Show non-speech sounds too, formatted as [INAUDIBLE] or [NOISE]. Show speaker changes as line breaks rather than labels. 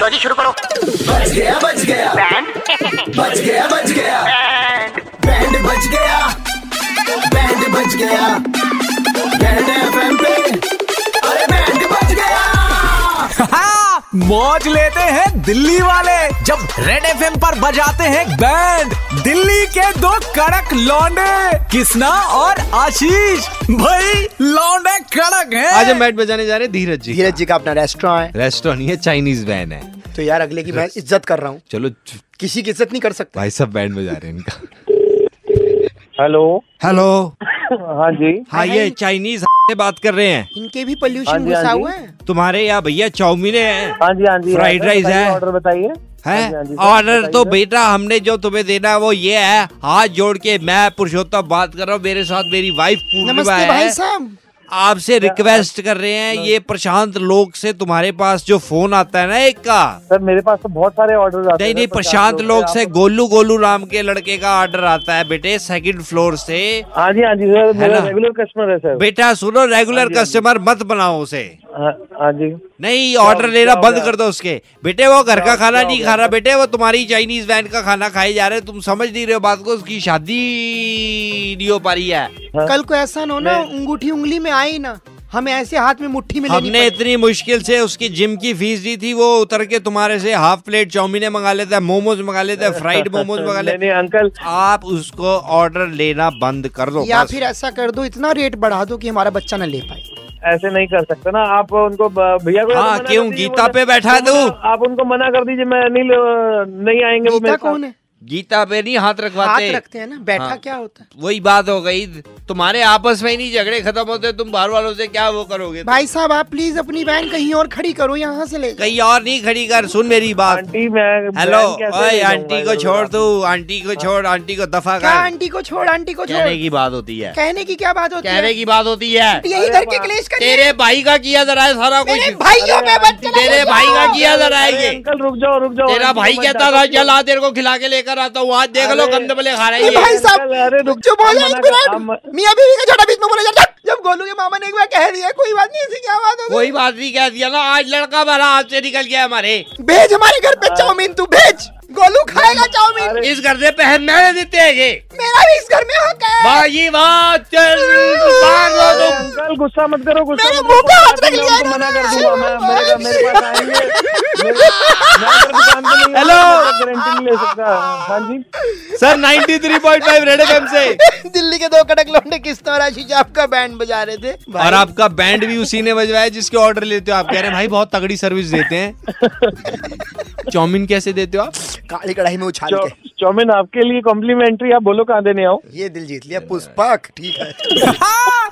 लो जी शुरू करो
बच गया बच गया
बैंड
बच गया बच गया बैंड बच गया बैंड बच गया बैंड एफएम पे अरे बैंड बच गया
हाँ, मौज लेते हैं दिल्ली वाले जब रेड एफ पर बजाते हैं बैंड दिल्ली के दो कड़क लौंडे किसना और आशीष भाई लौंडे कड़क हैं
आज हम बैट बजाने जा रहे हैं धीरज जी
धीरज जी का अपना रेस्टोरेंट
रेस्टोरेंट ये चाइनीज वैन है
है तो यार अगले की मैं इज्जत कर रहा हूँ
चलो च-
किसी की इज्जत नहीं कर सकता
भाई साहब बैंड बजा रहे हैं इनका
हेलो
हेलो
हाँ जी
हाँ ये चाइनीज [LAUGHS] से बात कर रहे हैं
इनके भी
हाँ
पोल्यूशन
जी,
घुसा
हाँ जी।
हुआ है
तुम्हारे यहाँ भैया चाउमीन है
हाँ जी हाँ जी
Fried rice है।
ऑर्डर बताइए हाँ जी, हाँ जी,
है
सर,
ऑर्डर तो
बताइए।
बेटा हमने जो तुम्हें देना है वो ये है हाथ जोड़ के मैं पुरुषोत्तम बात कर रहा हूँ मेरे साथ मेरी वाइफ पूर्णिमा
नमस्ते भाई
है
साहब
आपसे रिक्वेस्ट कर रहे हैं ये प्रशांत लोक से तुम्हारे पास जो फोन आता है ना एक का
सर मेरे पास तो बहुत सारे ऑर्डर आते
नहीं
हैं
नहीं
सर,
प्रशांत
पचास
लोग
लोग
से
आप-
गोलू गोलू नाम के लड़के का ऑर्डर आता है बेटे सेकंड फ्लोर से
हाँ जी हाँ जी सर मेरा
ना?
रेगुलर कस्टमर है सर
बेटा सुनो रेगुलर
हाँ जी, हाँ जी।
कस्टमर मत बनाओ उसे
हाँ हाँ जी
नहीं
हो-
ऑर्डर लेना
क्या हो
बंद
गया?
कर दो उसके बेटे वो घर का
क्या
खाना
हो
नहीं
गया?
खा रहा बेटे वो तुम्हारी चाइनीज वैन का खाना खाए जा रहे तुम समझ नहीं रहे हो बात को उसकी शादी नहीं हो पा रही है
हाँ।
कल को ऐसा न हो ना अंगूठी उंगली में आई ना हमें ऐसे हाथ में मुट्ठी में लेनी
हमने इतनी मुश्किल से उसकी जिम की फीस दी थी वो उतर के तुम्हारे से हाफ प्लेट चाउमीने मंगा लेता है मोमोज मंगा लेता है
[LAUGHS]
फ्राइड मोमोज मंगा
नहीं
लेता है
नहीं अंकल
आप उसको ऑर्डर लेना बंद कर दो
पड़ी। या
बस।
फिर ऐसा कर दो इतना रेट बढ़ा दो कि हमारा बच्चा ना ले पाए
तो
ऐसे नहीं कर सकते ना आप उनको ब- भैया को
हाँ,
मना कर
क्यों?
दीजिए,
गीता
वो-
पे बैठा
वो-
दूं?
आप उनको मना कर दीजिए मैं नहीं ले- नहीं आएंगे वो
गीता
मेरे
कौन है
गीता पे नहीं हाथ
हाथ
रखवाते
रखते हैं ना बैठा
हाँ।
क्या होता है
वही बात हो गई तुम्हारे आपस में ही नहीं झगड़े खत्म होते तुम बाहर वालों से क्या वो करोगे
भाई साहब आप प्लीज अपनी वैन कहीं और खड़ी करो यहाँ से ले जाओ।
कहीं और नहीं खड़ी कर सुन मेरी बात
आंटी मैं
हेलो
बहन कैसे
ओए
ले जाऊंगा
आंटी को
इधर-उधर
छोड़
आप? हाँ।
तू आंटी को छोड़ आंटी को दफा
क्या
कर
आंटी को छोड़ आंटी को छोड़
कहने की बात होती है
कहने की क्या बात होती
कहने
है
की बात होती है
यही
अरे
करके
बाप।
क्लेश कर
तेरे भाई का किया जरा है सारा
मेरे
कुछ
भाइयों में बच चला
तेरे
गया।
भाई का किया जरा है
हाँ। अरे
ये
अंकल रुक जाओ रुक जाओ
तेरा
आंटी
भाई
को मत
कहता
डांटो।
था चल आ तेरे को खिला के लेकर आता हूँ आज देख लो
अरे-
कंदमले खा रहा
ये
है
भाई
ये।
साहब
अरे रुक-
जो बोले
हम
एक
मना कर- हम-
मिनट मियां बीवी का छोटा बीच में बोला जाता जब गोलू के मामा ने एक बार कह दिया कोई बात नहीं ऐसी क्या बात हो
[LAUGHS] कोई बात नहीं कह दिया ना आज लड़का भरा हाथ से निकल गया हमारे
गई भेज हमारे घर पे चाउमीन तू भेज गोलू खाएगा चाउमीन
इस गर्दे पे हम मैंने देते हैं ये
मेरा भी इस घर में हक है
भाई वाह चल मार लो
अरे
तुम
अंकल गुस्सा मत करो गुस्सा
मेरे
मत
मुंह
करो
पे हाथ रख
आंटी, मैं
लिया
उनको मना कर
इन्होंने।
दूंगा मैं मेरे मेरे पास आएंगे
[LAUGHS]
मेरे- मैं अगर दुकान पे नहीं
हेलो।
आऊंगा, मैं गारंटी नहीं ले सकता हाँ जी
सर 93.5 रेड एफएम से
[LAUGHS] दिल्ली के दो कड़क लौंडे किस तरह आशीष आपका बैंड बजा रहे थे भाई,
और आपका बैंड भी उसी ने बजवाया जिसके ऑर्डर लेते हो आप कह रहे हैं भाई बहुत तगड़ी सर्विस देते हैं चाउमीन कैसे देते हो आप
काली कढ़ाई में उछाल
चौ-
के
चौमिन आपके लिए कॉम्प्लीमेंट्री आप बोलो कहाँ देने आओ
ये दिल जीत लिया पुष्पक ठीक है
हाँ,